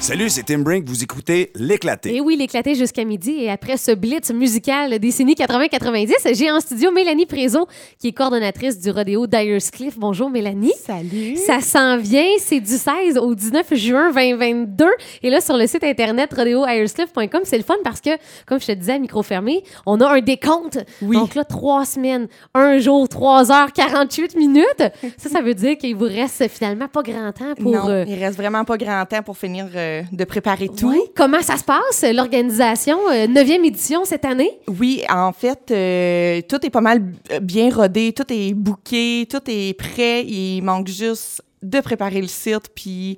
Salut, c'est Tim Brink. Vous écoutez L'éclaté. Et Eh oui, l'éclaté jusqu'à midi. Et après ce blitz musical décennie 80-90, j'ai en studio Mélanie Prézon, qui est coordonnatrice du rodéo Dyer's Cliff. Bonjour, Mélanie. Salut. Ça s'en vient. C'est du 16 au 19 juin 2022. Et là, sur le site internet rodeoayerscliff.com, c'est le fun parce que, comme je te disais à micro fermé, on a un décompte. Oui. Donc là, trois semaines, un jour, 3 heures, 48 minutes. Ça, ça veut dire qu'il vous reste finalement pas grand temps pour. non, euh, il reste vraiment pas grand temps pour finir euh, de préparer tout. Oui. Comment ça se passe, l'organisation? euh, Neuvième édition cette année? Oui, en fait, euh, tout est pas mal b- bien rodé, tout est booké, tout est prêt. Il manque juste de préparer le site puis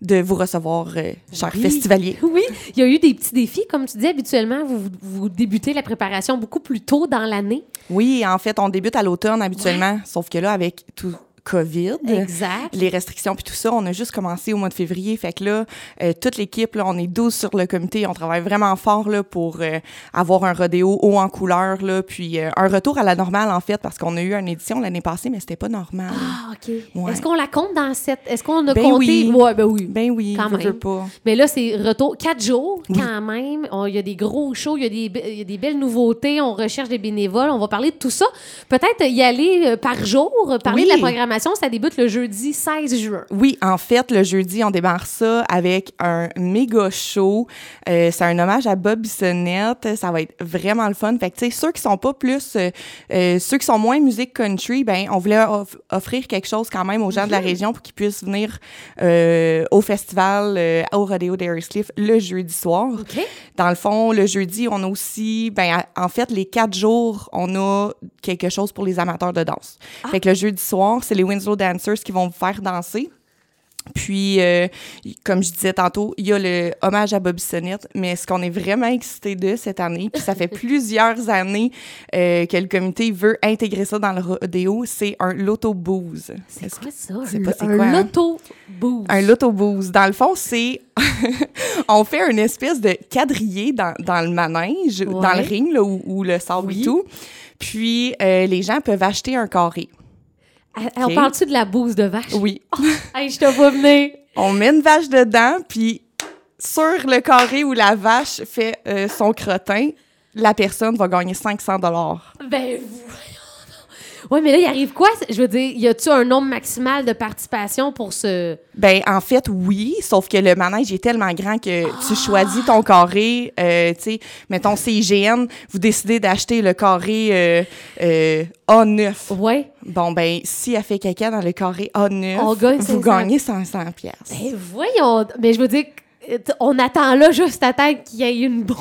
de vous recevoir, euh, cher Oui. festivalier. Oui, il y a eu des petits défis. Comme tu dis, habituellement, vous, vous débutez la préparation beaucoup plus tôt dans l'année. Oui, en fait, on débute à l'automne habituellement, sauf que là, avec tout COVID. Exact. Euh, les restrictions puis tout ça, on a juste commencé au mois de février. Fait que là, euh, toute l'équipe, là, on est 12 sur le comité. On travaille vraiment fort là, pour euh, avoir un rodéo haut en couleur, là, puis euh, un retour à la normale, en fait, parce qu'on a eu une édition l'année passée, mais c'était pas normal. Ah, OK. Ouais. Est-ce qu'on la compte dans cette. Est-ce qu'on a Ben compté? oui. Ouais, ben oui. Ben oui, Quand je même. veux pas. Mais là, c'est retour. Quatre jours, quand même. On- Il y a des gros shows, il y, a des be- il y a des belles nouveautés. On recherche des bénévoles. On va parler de tout ça. Peut-être y aller euh, par jour, euh, parler Oui. de la programmation. Ça débute le jeudi 16 juin. Oui, en fait, le jeudi, on démarre ça avec un méga show. Euh, c'est un hommage à Bob Bissonnette. Ça va être vraiment le fun. Fait que, tu sais, ceux qui sont pas plus, euh, euh, ceux qui sont moins musique country, ben, on voulait off- offrir quelque chose quand même aux gens de la région pour qu'ils puissent venir euh, au festival, euh, au Rodeo d'Aircliff le jeudi soir. OK. Dans le fond, le jeudi, on a aussi, ben, à- en fait, les quatre jours, on a quelque chose pour les amateurs de danse. Fait que le jeudi soir, c'est les Winslow Dancers qui vont vous faire danser. Puis, euh, y- comme je disais tantôt, il y a le hommage à Bobby Sonnette, mais ce qu'on est vraiment excité de cette année, puis ça fait plusieurs années euh, que le comité veut intégrer ça dans le rodéo, c'est un loto-booze. C'est Est-ce quoi ça? c'est Un- pas c'est un quoi, hein? loto-boost. un loto-booze. Dans le fond, c'est. on fait une espèce de quadrillé dans, dans le manège, dans le ring, là, où, où le sable Oui. et tout. Puis, euh, les gens peuvent acheter un carré. Ah, ah, On Ok. parle-tu de la bouse de vache? Oh, Oui. Hey, je te vois venir. on met une vache dedans, puis sur le carré où la vache fait euh, son crottin, la personne va gagner 500 dollars. Ben, voyons donc. Ouais, mais là, il arrive quoi? Je veux dire, y a-tu un nombre maximal de participation pour ce. Ben en fait oui, sauf que le manège est tellement grand que Ah! tu choisis ton carré, euh, tu sais, mettons c'est IGN, vous décidez d'acheter le carré euh, euh, A9. Ouais. Bon ben si elle fait caca dans le carré A9, On gagne vous 500. gagnez 500 pièces. Ben, voyons. Mais je veux dire, euh, t- on attend là juste à temps qu'il y ait une bouse.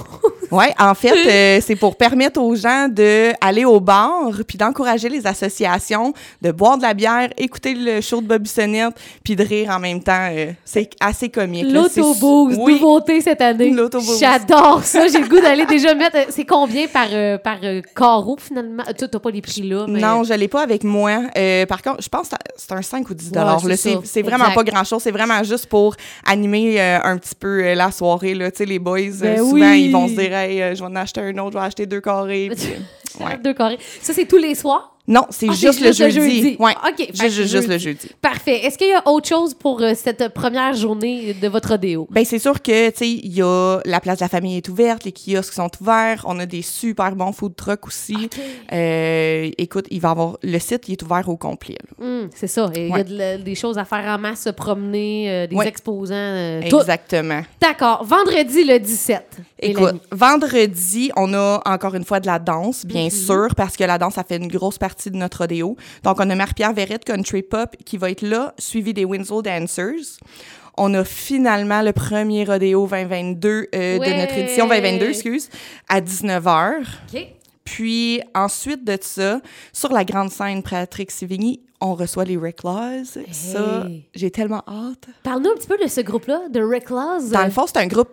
Oui, en fait, euh, c'est pour permettre aux gens de aller au bar, puis d'encourager les associations, de boire de la bière, écouter le show de Bobby Sonnette, puis de rire en même temps. euh, c'est assez comique. là. C'est- L'autoboost, oui. nouveauté cette année. L'autoboost. J'adore ça. J'ai le goût d'aller déjà mettre. euh, C'est combien par, euh, par euh, carreau, finalement? Euh, Toi, t'as pas les prix là, mais. Non, je l'ai pas avec moi. Euh, par contre, je pense que c'est un 5 ou 10 dollars. Ouais, là. c'est c'est ça. c'est vraiment Exact. pas grand-chose. C'est vraiment juste pour animer euh, un petit peu euh, la soirée. Là. Tu sais, les boys, euh, Ben souvent, oui. ils vont se dire hey, euh, je vais en acheter un autre, je vais acheter deux carrés. puis- ouais. Deux carrés. Ça, c'est tous les soirs? Non, c'est Ah, c'est juste, le jeudi. Ouais. Ah, OK. fait Juste- que juste- juste le jeudi. Parfait. Est-ce qu'il y a autre chose pour euh, cette première journée de votre rodéo? Ben c'est sûr que tu sais, il y a la place de la famille est ouverte, les kiosques sont ouverts, on a des super bons food trucks aussi. Ah, Euh, écoute, il va y avoir le site, il est ouvert au complet. là. Hum, c'est ça. Et Il y a Hmm. Ouais. de la- des choses à faire en masse, se promener, euh, des Ouais. exposants, euh, tout. Exactement. D'accord. Vendredi le 17. Écoute, Mélanie. vendredi, on a encore une fois de la danse, bien Mhm. sûr, parce que la danse, ça fait une grosse partie de notre rodéo. Donc, on a Marie-Pierre Verrette, Country Pop, qui va être là, suivi des Winslow Dancers. On a finalement le premier rodéo 2022 euh, de Ouais. notre édition 2022, excuse, à 19h. OK. Puis ensuite de ça, sur la grande scène Patrick Sivigny, on reçoit les Reclaws. Ça, j'ai tellement hâte. Parle-nous un petit peu de ce groupe-là, de Reclaws. Dans le fond, c'est un groupe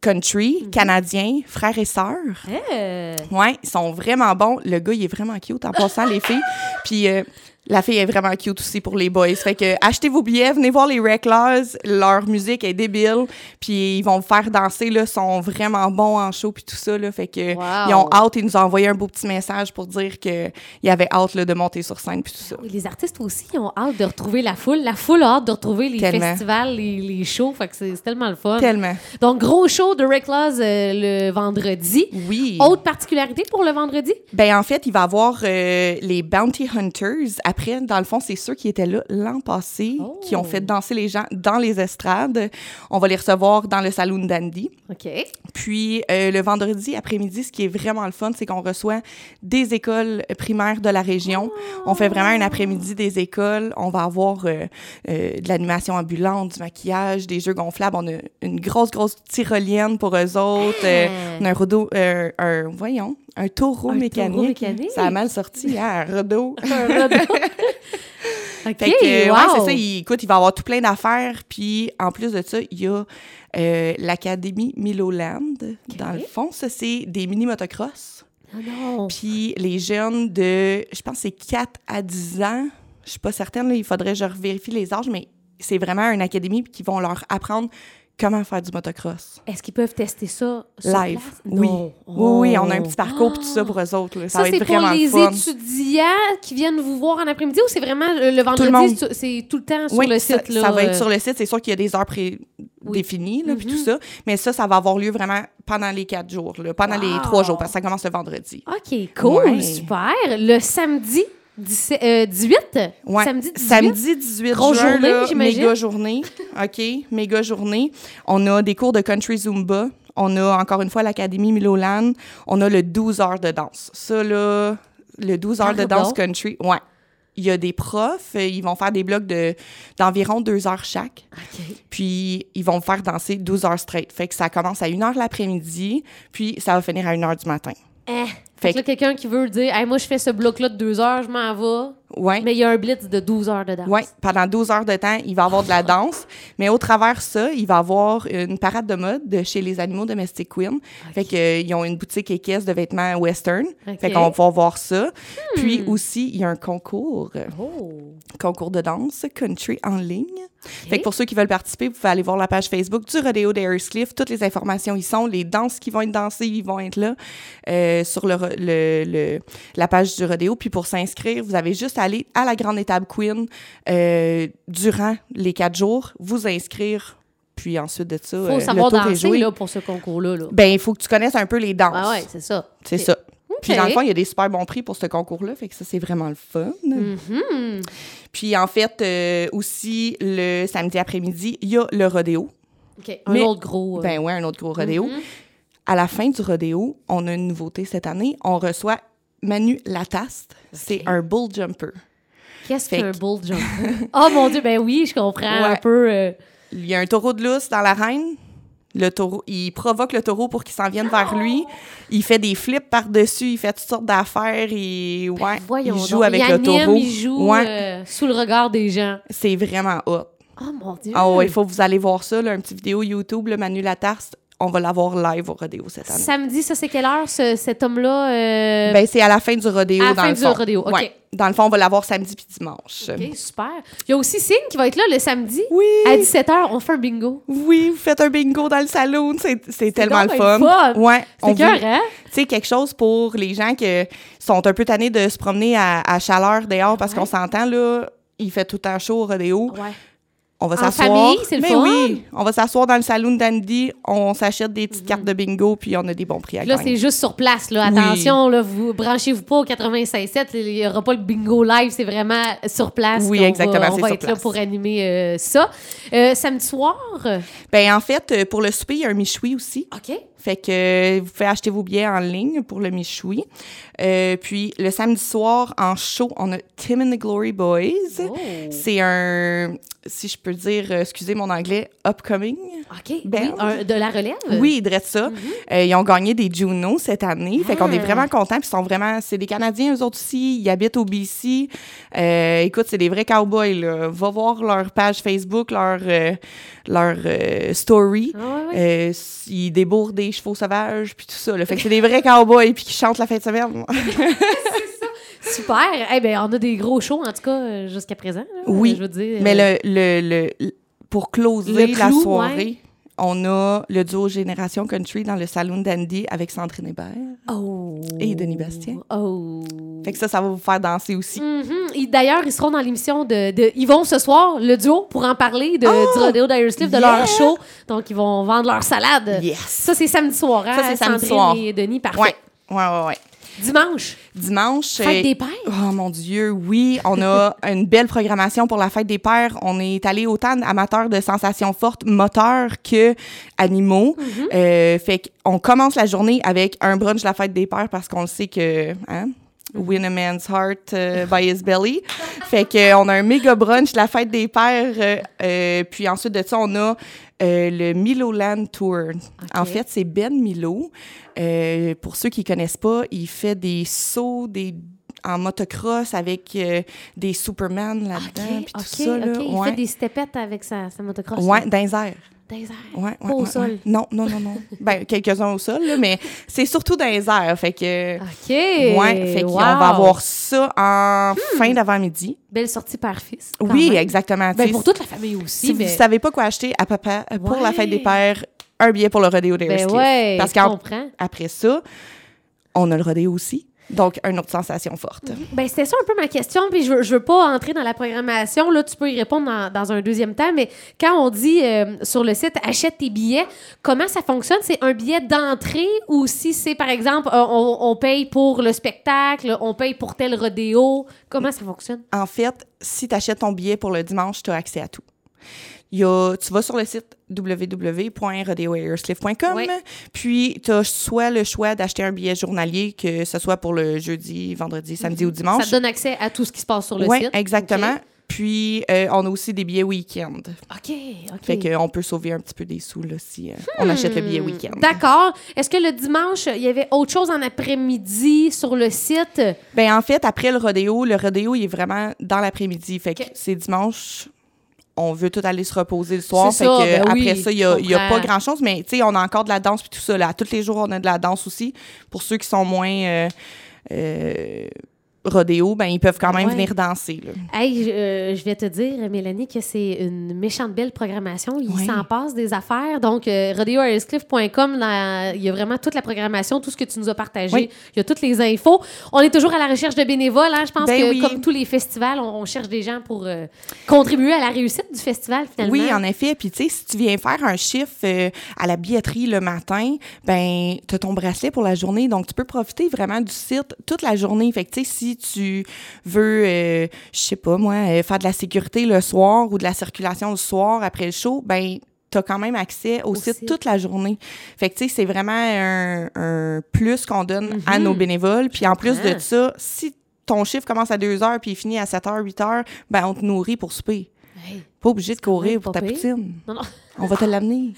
country, canadien, frères et sœurs. Euh, Ouais, ils sont vraiment bons. Le gars, il est vraiment cute en passant les filles. Puis euh, La fille est vraiment cute aussi pour les boys. Fait que achetez vos billets, venez voir les Reckless. Leur musique est débile. Puis ils vont vous faire danser, là. sont vraiment bons en show, puis tout ça, là. Fait que Wow. ils ont hâte. Ils nous ont envoyé un beau petit message pour dire qu'ils avaient hâte, là, de monter sur scène, puis tout ça. Et les artistes aussi ils ont hâte de retrouver la foule. La foule a hâte de retrouver les Tellement. festivals, les, les shows. Fait que c'est c'est tellement le fun. Tellement. Donc, gros show de Reckless euh, le vendredi. Oui. Autre particularité pour le vendredi? Ben en fait, il va avoir euh, les Bounty Hunters. Après, dans le fond, c'est ceux qui étaient là l'an passé, Oh. qui ont fait danser les gens dans les estrades. On va les recevoir dans le Saloon Dandy. OK. Puis euh, le vendredi après-midi, ce qui est vraiment le fun, c'est qu'on reçoit des écoles primaires de la région. On fait vraiment un après-midi des écoles. On va avoir euh, euh, de l'animation ambulante, du maquillage, des jeux gonflables. On a une grosse, grosse tyrolienne pour eux autres. Euh, on a un rodo, euh, un, voyons, un taureau Hein? Un mécanique. taureau mécanique. Ça a mal sorti, hein, un rodo. OK, Fait que, euh, ouais, wow. c'est ça. Il, écoute, il va avoir tout plein d'affaires. Puis, en plus de ça, il y a euh, l'Académie Miloland. Dans le fond, ça, c'est des mini-motocross. Ah non. Puis, les jeunes de, je pense, que c'est 4 à 10 ans. Je suis pas certaine, là, il faudrait que je vérifie les âges, mais c'est vraiment une académie qui vont leur apprendre comment faire du motocross. Est-ce qu'ils peuvent tester ça sur Live. place? Oui. Non. oui. Oui, on a un Oh. petit parcours puis tout ça pour eux autres. là. Ça, Ça, va c'est être pour vraiment les le fun. étudiants qui viennent vous voir en après-midi ou c'est vraiment euh, le vendredi? monde. c'est- C'est tout le temps sur oui, le ça- site. Ça, là, va être euh, sur le site. C'est sûr qu'il y a des heures pré- Oui. Mm-hmm. définies, là, puis tout ça. Mais ça, ça va avoir lieu vraiment pendant les quatre jours, là, pendant les Wow. trois jours, parce que ça commence le vendredi. OK, cool, Ouais. super. Le samedi 17 euh, 18? Ouais. Samedi 18? Samedi 18 Grosse juin, journée, là, j'imagine. méga journée. OK, méga journée. On a des cours de country zumba. On a encore une fois l'Académie Milolan. On a le 12 heures de danse. Ça, là, le 12 heures de Pardon? danse country, ouais. Il y a des profs, euh, ils vont faire des blocs de- d'environ deux heures chaque. OK. Puis ils vont me faire danser 12 heures straight. Fait que ça commence à 1 heure l'après-midi, puis ça va finir à 1 heure du matin. Eh. Fait Fait que là, quelqu'un qui veut dire hey, « Moi, je fais ce bloc-là de deux heures, je m'en vais. » Ouais. Mais il y a un blitz de 12 heures dedans. Ouais, pendant 12 heures de temps, il va avoir de la danse, mais au travers de ça, il va avoir une parade de mode de chez les animaux domestiques Queen. Fait que euh, ils ont une boutique équestre de vêtements western. Ok. Fait qu'on va voir ça. Puis aussi, il y a un concours, euh, Oh. concours de danse country en ligne. Fait que pour ceux qui veulent participer, vous pouvez aller voir la page Facebook du Rodeo d'Aircliff. Toutes les informations y sont. Les danses qui vont être dansées, ils vont être là euh, sur le, re- le- le- la page du Rodeo. Puis pour s'inscrire, vous avez juste à aller à la grande étape Queen euh, durant les quatre jours, vous inscrire. Puis ensuite de ça, Faut euh, le savoir tour est danser joué. là, pour ce concours-là. Là. Ben, il faut que tu connaisses un peu les danses. Ah ouais, c'est ça. C'est Ok. ça. Puis dans le Ok. fond, il y a des super bons prix pour ce concours-là, fait que ça, c'est vraiment le fun. Mm-hmm. Puis en fait, euh, aussi, le samedi après-midi, il y a le rodéo. OK, un Mais- autre gros... euh, Ben ouais, un autre gros rodéo. Mm-hmm. À la fin du rodéo, on a une nouveauté cette année. On reçoit Manu Lataste. C'est un bull jumper. Qu'est-ce fait qu'un bull jump? oh mon Dieu, ben oui, je comprends un Ouais. peu. euh, Il y a un taureau de lousse dans l'arène. Le taureau, il provoque le taureau pour qu'il s'en vienne vers Ah! lui. Il fait des flips par-dessus, il fait toutes sortes d'affaires. Il, ouais, Ben voyons il joue donc. avec il le anime, taureau. Il joue Ouais, euh, sous le regard des gens. C'est vraiment hot. Oh mon Dieu. Ah ouais, il faut que vous allez voir ça, là, un petit vidéo YouTube, le Manu Latarce. On va l'avoir live au rodéo cette année. Samedi, ça, c'est quelle heure, ce- cet homme-là? euh, Ben, c'est à la fin du rodéo, À la dans fin le du fond. rodéo, OK. Ouais. Dans le fond, on va l'avoir samedi puis dimanche. OK, super. Il y a aussi Signe qui va être là le samedi. Oui. À 17h, on fait un bingo. Oui, vous faites un bingo dans le salon, c'est c'est tellement le donc fun. bien le fun. Ouais, C'est veut- cœur, hein? Tu sais, quelque chose pour les gens qui sont un peu tannés de se promener à, à chaleur dehors parce Ouais. qu'on s'entend, là, il fait tout le temps chaud au rodéo. Ouais. On va En s'asseoir. famille, c'est le Mais fun. oui, on va s'asseoir dans le salon d'Andy, on s'achète des petites cartes de bingo, puis on a des bons prix à Mm-hmm. Puis Là, gagner. c'est juste sur place. Là. Oui. Attention, là, vous branchez-vous pas au 96.7. Il n'y aura pas le bingo live. C'est vraiment sur place. Oui, qu'on va- exactement, On c'est va sur être là place. pour animer euh, ça. Euh, samedi soir. Ben en fait, euh, pour le souper, il y a un michoui aussi. OK. Fait que euh, vous pouvez acheter vos billets en ligne pour le michoui. Euh, puis le samedi soir, en show, on a Tim and the Glory Boys. Oh. C'est un, si je peux dire, euh, excusez mon anglais, upcoming. OK. Ben. Oui, un- de la relève? Oui, ils ça. Mhm. Euh, ils ont gagné des Juno cette année. Fait Ah. qu'on est vraiment contents. Puis ils sont vraiment, c'est des Canadiens, eux autres aussi. Ils habitent au BC. Euh, écoute, c'est des vrais cowboys, là. Va voir leur page Facebook, leur, euh, leur euh, story. Ah ouais, ouais. Euh, s- ils débourrent Euh. des chevaux sauvages, puis tout ça. Là. Fait que c'est des vrais cowboys, puis qui chantent la fin de semaine. Super. Eh bien, on a des gros shows, en tout cas, euh, jusqu'à présent. là. Oui. Je veux dire, euh, Mais le, le, le- pour closer Le la clou, soirée, ouais. on a le duo Génération Country dans le Saloon Dandy avec Sandrine Hébert. Oh. Et Denis Bastien. Oh. Fait que ça, ça va vous faire danser aussi. Mhm. Et D'ailleurs, ils seront dans l'émission de, de- Ils vont ce soir, le duo, pour en parler de, du Rodeo Dire Sleeve, de Oh! yeah! leur show. Donc, ils vont vendre leur salade. Yes. Ça, c'est samedi soir. hein, Ça, c'est Sandrine samedi soir. et Denis, parfait. Ouais, ouais, ouais, ouais. Dimanche, Dimanche. fête euh, des pères. Oh mon Dieu, oui, on a une belle programmation pour la fête des pères. On est allé autant amateurs de sensations fortes, moteurs que animaux. Euh, fait qu'on commence la journée avec un brunch de la fête des pères parce qu'on le sait que hein, win a man's heart euh, by his belly. Fait qu'on a un méga brunch de la fête des pères. euh, euh, puis ensuite de ça, on a euh, le Miloland Tour. En fait, c'est Ben Milo. Euh, pour ceux qui connaissent pas, il fait des sauts, des en motocross avec euh, des Superman là-dedans, OK, puis tout OK, ça. Là, OK. Il ouais. fait des stepettes avec sa, sa motocross. Ouais, là. dans les airs. Dans les airs. Ouais, ouais, Pas au ouais, sol. ouais. Non, non, non, non. ben, quelques-uns au sol, là, mais c'est surtout dans les airs. Fait que, OK. ouais, fait qu'on wow. va avoir ça en fin d'avant-midi. Belle sortie père-fils. quand Oui, même. exactement. tu Ben, sais, pour toute la famille aussi. si mais... vous savez pas quoi acheter à papa euh, pour la fête des Ouais. pères, un billet pour le rodéo des Ben Rescliff. ouais, Parce je comprends. qu'après ça, on a le rodéo aussi. Donc, une autre sensation forte. Ben, c'était ça un peu ma question, puis je veux, je veux pas entrer dans la programmation. Là, tu peux y répondre dans, dans un deuxième temps, mais quand on dit euh, sur le site achète tes billets, comment ça fonctionne? C'est un billet d'entrée ou si c'est, par exemple, euh, on, on paye pour le spectacle, on paye pour tel rodéo? Comment ça fonctionne? en fait, si tu achètes ton billet pour le dimanche, tu as accès à tout. Il y a- tu vas sur le site www.rodeoairslift.com, Oui. puis tu as soit le choix d'acheter un billet journalier, que ce soit pour le jeudi, vendredi, samedi ou Ça dimanche. te donne accès à tout ce qui se passe sur le Oui, site? exactement. Puis euh, on a aussi des billets week-end. OK, OK. Hmm. Fait qu'on peut sauver un petit peu des sous là, si euh, on achète le billet week-end. D'accord. Est-ce que le dimanche, il y avait autre chose en après-midi sur le site? Ben en fait, après le rodéo, le rodéo, il est vraiment dans l'après-midi. Fait que Ok. c'est dimanche, on veut tout aller se reposer le soir. C'est fait ça, que ben oui, après ça, il n'y a, je il y a pas comprends. grand-chose. Mais tu sais, on a encore de la danse puis tout ça. Là. Tous les jours, on a de la danse aussi. Pour ceux qui sont moins... euh, euh, rodéo, ben ils peuvent quand même Ouais. venir danser. là. Hey, je, euh, je vais te dire, Mélanie, que c'est une méchante belle programmation. Il Ouais. s'en passe des affaires. Donc, euh, rodeoaircliff.com, là, il y a vraiment toute la programmation, tout ce que tu nous as partagé. Oui. Il y a toutes les infos. On est toujours à la recherche de bénévoles. hein. Je pense Ben que, oui. comme tous les festivals, on, on cherche des gens pour euh, contribuer à la réussite du festival, finalement. Oui, en effet. Puis tu sais, si tu viens faire un chiffre euh, à la billetterie le matin, ben tu as ton bracelet pour la journée, donc tu peux profiter vraiment du site toute la journée. Fait que tu sais, si tu veux, euh, je sais pas moi, euh, faire de la sécurité le soir ou de la circulation le soir après le show, ben t'as quand même accès au, Au site, site. toute la journée. Fait que, tu sais, c'est vraiment un, un plus qu'on donne Mm-hmm. à nos bénévoles. Puis en plus de comprends. ça, si ton chiffre commence à 2 heures puis il finit à 7 heures, 8 heures, ben on te nourrit pour souper. Hey. Pas obligé de courir pour pas ta pire. poutine. Non, non. On va te l'amener.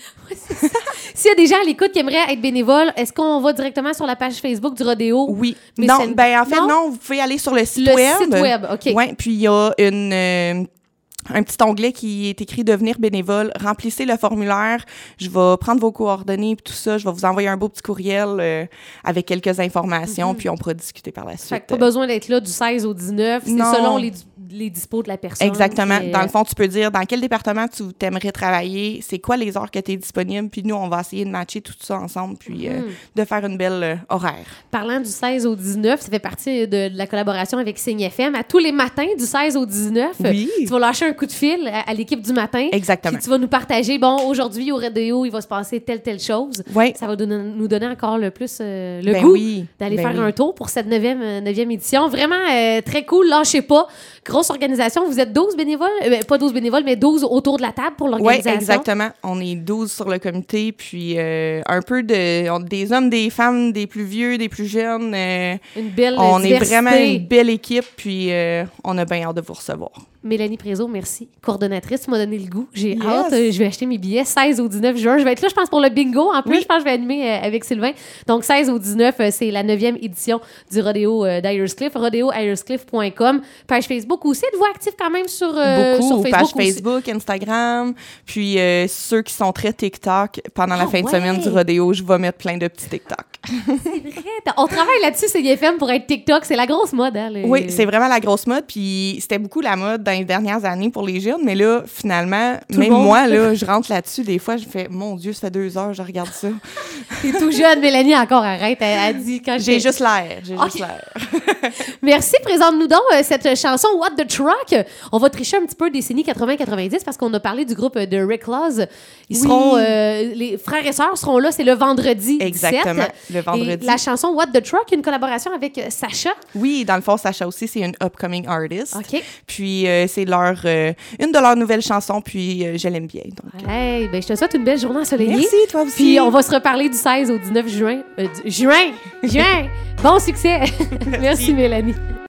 S'il y a des gens à l'écoute qui aimeraient être bénévoles, est-ce qu'on va directement sur la page Facebook du rodéo? Oui. Mais non, c'est- ben en fait, non? non? vous pouvez aller sur le site Le web. site web, OK. Ouais, puis il y a une, euh, un petit onglet qui est écrit Devenir bénévole. Remplissez le formulaire. Je vais prendre vos coordonnées puis tout ça. Je vais vous envoyer un beau petit courriel euh, avec quelques informations, puis on pourra discuter par la suite. Mm-hmm. Fait que pas besoin d'être là du 16 au 19. C'est Non. selon les, les dispos de la personne. Exactement. Et- Dans le fond, tu peux dire dans quel département tu t'aimerais travailler, c'est quoi les heures que tu es disponible, puis nous, on va essayer de matcher tout ça ensemble, puis euh, Mm-hmm. de faire une belle euh, horaire. Parlant du 16 au 19, ça fait partie de, de la collaboration avec Signe FM. À tous les matins du 16 au 19, Oui. tu vas lâcher un coup de fil à, à l'équipe du matin. Exactement. Puis tu vas nous partager, bon, aujourd'hui au radio, il va se passer telle, telle chose. Oui. Ça va donner- nous donner encore le plus euh, le Ben goût oui, d'aller ben faire oui. un tour pour cette 9e, euh, 9e édition. Vraiment euh, très cool, lâchez pas. Grosse organisation, vous êtes 12 bénévoles, euh, ben, pas 12 bénévoles, mais 12 autour de la table pour Oui, l'organisation. exactement. On est 12 sur le comité, puis euh, un peu de, on- des hommes, des femmes, des plus vieux, des plus jeunes. euh, Une belle on est diversité. vraiment une belle équipe, puis euh, on a bien hâte de vous recevoir. Mélanie Prézo, merci. Coordonnatrice, tu m'as donné le goût. J'ai Yes. hâte. Euh, Je vais acheter mes billets 16 au 19 juin. Je vais être là, je pense, pour le bingo. En plus, je pense que je vais animer euh, avec Sylvain. Donc, 16 au 19, euh, c'est la 9e édition du Rodeo euh, d'Hyerscliff. rodeohyerscliff.com. Page Facebook aussi. Êtes-vous actif quand même sur, euh, Beaucoup, sur page Facebook? aussi? Facebook, Instagram, puis euh, ceux qui sont très TikTok, pendant la Ah fin de ouais! semaine du rodéo, je vais mettre plein de petits TikTok. Arrête, On travaille là-dessus, c'est IFM pour être TikTok. C'est la grosse mode. Hein, le- Oui, c'est vraiment la grosse mode, puis c'était beaucoup la mode dans les dernières années pour les jeunes, mais là, finalement, le même monde. moi, là, je rentre là-dessus, des fois, je fais, mon Dieu, ça fait deux heures, je regarde ça. T'es tout jeune, Mélanie, encore, arrête. Elle, elle dit quand J'ai j'étais- juste l'air, j'ai Ok. juste l'air. Merci, présente-nous donc euh, cette chanson What the Truck. On va tricher un petit peu décennie 80-90 parce qu'on a parlé du groupe euh, de Rick Laws. Ils Oui. seront, euh, les frères et sœurs seront là, c'est le vendredi 17. Exactement, le vendredi. Et la chanson What the Truck, une collaboration avec euh, Sacha. Oui, dans le fond, Sacha aussi, c'est une upcoming artist. OK. Puis euh, c'est leur euh, une de leurs nouvelles chansons, puis euh, je l'aime bien. donc. Hey, ben, je te souhaite une belle journée ensoleillée. Merci, toi aussi. Puis on va se reparler du 16 au 19 juin. Euh, du- juin! Juin! Bon succès! Merci Mélanie.